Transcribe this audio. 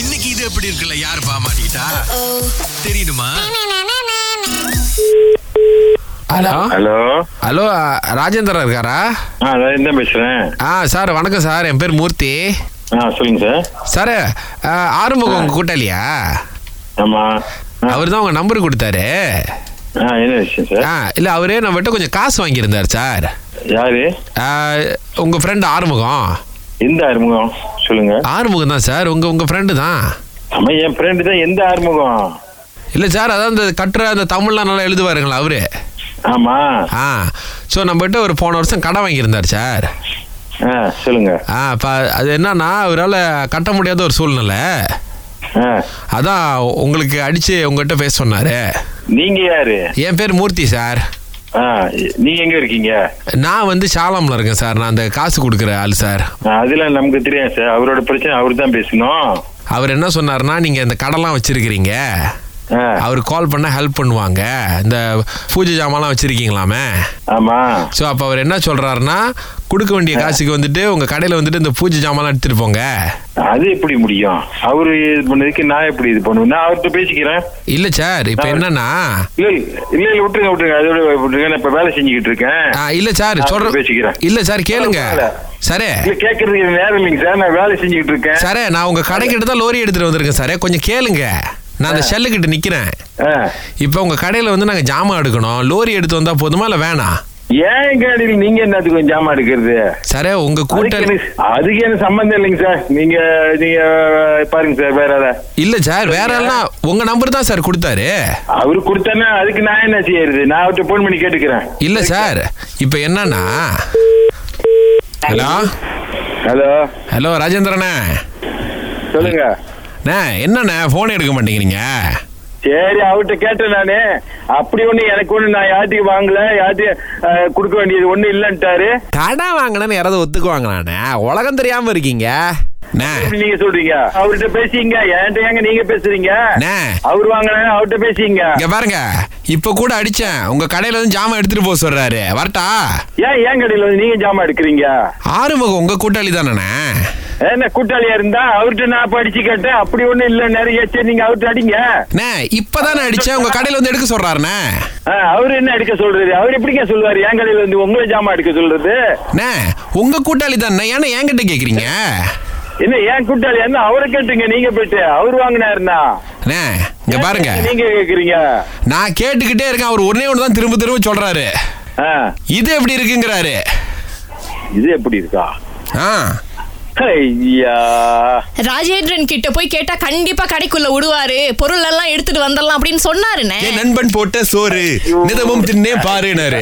இன்னைக்கு இது எப்படி இருக்குல்ல யார் பாமாட்டா தெரியுமா ஹலோ ஹலோ ஹலோ ராஜேந்திரா இருக்காரா ஆ நான் என்ன பேசுறேன் ஆ சார் வணக்கம் சார் என் பேர் மூர்த்தி ஆ சொல்லுங்க சார் சார் ஆறுமுகம் உங்க கூட்டாளியா ஆமா ஆ, அவர் தான் உங்க நம்பர் கொடுத்தாரு ஆ என்ன விஷயம் சார் ஆ இல்ல அவரே நம்மகிட்ட கொஞ்சம் காசு வாங்கியிருந்தார் சார் யாரு ஆ, உங்க ஃப்ரெண்டு ஆறுமுகம் எந்த ஆறுமுகம் சொல்லுங்க ஆறுமுகம் தான் சார் உங்க உங்க ஃப்ரெண்டு தான் ஆமா என் ஃப்ரெண்டு தான் எந்த ஆறுமுகம் இல்ல சார் அதான் அந்த கட்டுற அந்த தமிழ்லாம் நல்லா எழுதுவாருங்களா அவரு ஆமா ஆ ஸோ நம்மகிட்ட ஒரு போன வருஷம் கடை வாங்கியிருந்தார் சார் ஆ சொல்லுங்க ஆ இப்போ அது என்னன்னா அவரால் கட்ட முடியாத ஒரு சூழ்நிலை ஆ அதான் உங்களுக்கு அடிச்சு உங்ககிட்ட பேச சொன்னாரு நீங்க யாரு என் பேர் மூர்த்தி சார் ஆ நீங்க எங்க இருக்கீங்க நான் வந்து சாலம்ல இருக்கேன் சார் நான் அந்த காசு கொடுக்குற ஆள் சார் ஆ, அதெல்லாம் நமக்கு தெரியும் சார் அவரோட பிரச்சனை அவர் தான் பேசணும் அவர் என்ன சொன்னார்னா நீங்க இந்த கடலாம் வச்சிருக்கிறீங்க ஆ, அவர் கால் பண்ணா ஹெல்ப் பண்ணுவாங்க இந்த பூஜை ஜாமான்லாம் வச்சிருக்கீங்களாமே ஆமா ஸோ அப்போ அவர் என்ன சொல்றாருன்னா கொடுக்க வேண்டிய காசுக்கு வந்துட்டு உங்க கடையில வந்துட்டு இந்த பூஜை ஜாமான்லாம் எடுத்துட்டு போங்க அது எப்படி முடியும் அவரு இது பண்ணதுக்கு நான் எப்படி இது பண்ணுவேன் நான் அவர்கிட்ட பேசிக்கிறேன் இல்ல சார் இப்போ என்னன்னா இல்ல இல்ல இல்ல விட்டுருங்க விட்டுருங்க அதோட விட்டுருங்க நான் இப்ப வேலை செஞ்சுக்கிட்டு இருக்கேன் ஆ, இல்ல சார் நான் சொல்ற பேசிக்கிறேன். இல்ல சார் கேளுங்க இல்ல. சரே இல்ல கேக்குறதுக்கு எனக்கு நேரம் இல்லைங்க சார் நான் வேலை செஞ்சுக்கிட்டு இருக்கேன் சரே நான் உங்க கடைக்கிட்ட தான் லோரி எடுத்துட்டு வந்திருக்கேன் சாரே கொஞ்சம் கேளுங்க நான் அந்த ஷெல்லுக்கிட்ட நிக்கிறேன் ஆ. இப்போ உங்க கடையில வந்து நாங்க ஜாமான் எடுக்கணும் லோரி எடுத்து வந்தா போதுமா இல்ல வேணாம் ஏன் என் கடையில நீங்க என்னத்துக்கு கொஞ்சம் ஜாமான் எடுக்கிறது சரே உங்க அதுக்கு கூட்டணி எனக்கு- அதுக்கு எனக்கு சம்பந்தம் இல்லைங்க சார் நீங்க நீங்க பாருங்க சார் வேற ஏதாவது இல்ல சார் வேற எல்லாம் உங்க நம்பர் தான் சார் கொடுத்தாரு அவரு கொடுத்தானா அதுக்கு நான் என்ன செய்யறது நான் அவர்கிட்ட போன் பண்ணி கேட்டுக்கிறேன் இல்ல சார் இப்போ என்னன்னா ஹலோ ஹலோ ஹலோ ராஜேந்திரண்ணே சொல்லுங்க அண்ணே, என்னண்ணே போன் எடுக்க மாட்டேங்கிறீங்க சரி அவர்கிட்ட கேட்டேன் நானு அப்படி ஒண்ணு எனக்கு ஒண்ணு நான் யார்ட்டுக்கு வாங்கல யார்ட்டு அஹ், கொடுக்க வேண்டியது ஒண்ணு இல்லன்ட்டாரு கடன் வாங்கினேன்னு யாராவது ஒத்துக்குவாங்களாண்ணே உலகம் தெரியாம இருக்கீங்க அண்ணே, எப்படி நீங்க சொல்றீங்க அவர்கிட்ட பேசிங்க என்கிட்ட ஏங்க நீங்க பேசுறீங்க அண்ணே, அவர் வாங்கினா அவர்கிட்ட பேசிங்க இங்க பாருங்க இப்ப கூட அடிச்சேன் உங்க கடையில இருந்து ஜாமான் எடுத்துட்டு போக சொல்றாரு வரட்டா ஏன் ஏன் கடையில வந்து நீங்க ஜாமான் எடுக்கிறீங்க ஆறுமுகம் உங்க கூட்டாளி தானே என்ன கூட்டாளியா இருந்தா அவர்கிட்ட நான் படிச்சு கேட்டேன் அப்படி ஒண்ணும் இல்ல நிறைய சரி நீங்க அவர்கிட்ட அடிங்க அண்ணே இப்பதானே அடிச்சேன் உங்க கடையில வந்து எடுக்க சொல்றாருண்ணே ஆ, அவர் என்ன எடுக்க சொல்றது அவர் எப்படிங்க சொல்லுவாரு என் கடையில வந்து உங்களை ஜாமான் எடுக்க சொல்றது அண்ணே உங்க கூட்டாளி தானே ஏன்னா என்கிட்ட கேக்குறீங்க என்ன ஏன் கூட்டாளியா இருந்தா அவரை கேட்டுங்க நீங்க போயிட்டு அவர் வாங்கினாருன்னா அண்ணே இங்க பாருங்க நீங்க கேக்குறீங்க நான் கேட்டுக்கிட்டே இருக்கேன் அவர் ஒன்னே ஒன்று தான் திரும்ப திரும்ப சொல்றாரு ஆ, இது எப்படி இருக்குங்கிறாரு இது எப்படி இருக்கா ஆ ஐயா ராஜேந்திரன் கிட்ட போய் கேட்டா கண்டிப்பா கடைக்குள்ள விடுவாரு பொருள் எல்லாம் எடுத்துட்டு வந்துடலாம் அப்படின்னு சொன்னாருண்ணே என் நண்பன் போட்ட சோறு நிதமும் தின்னே பாருனாரு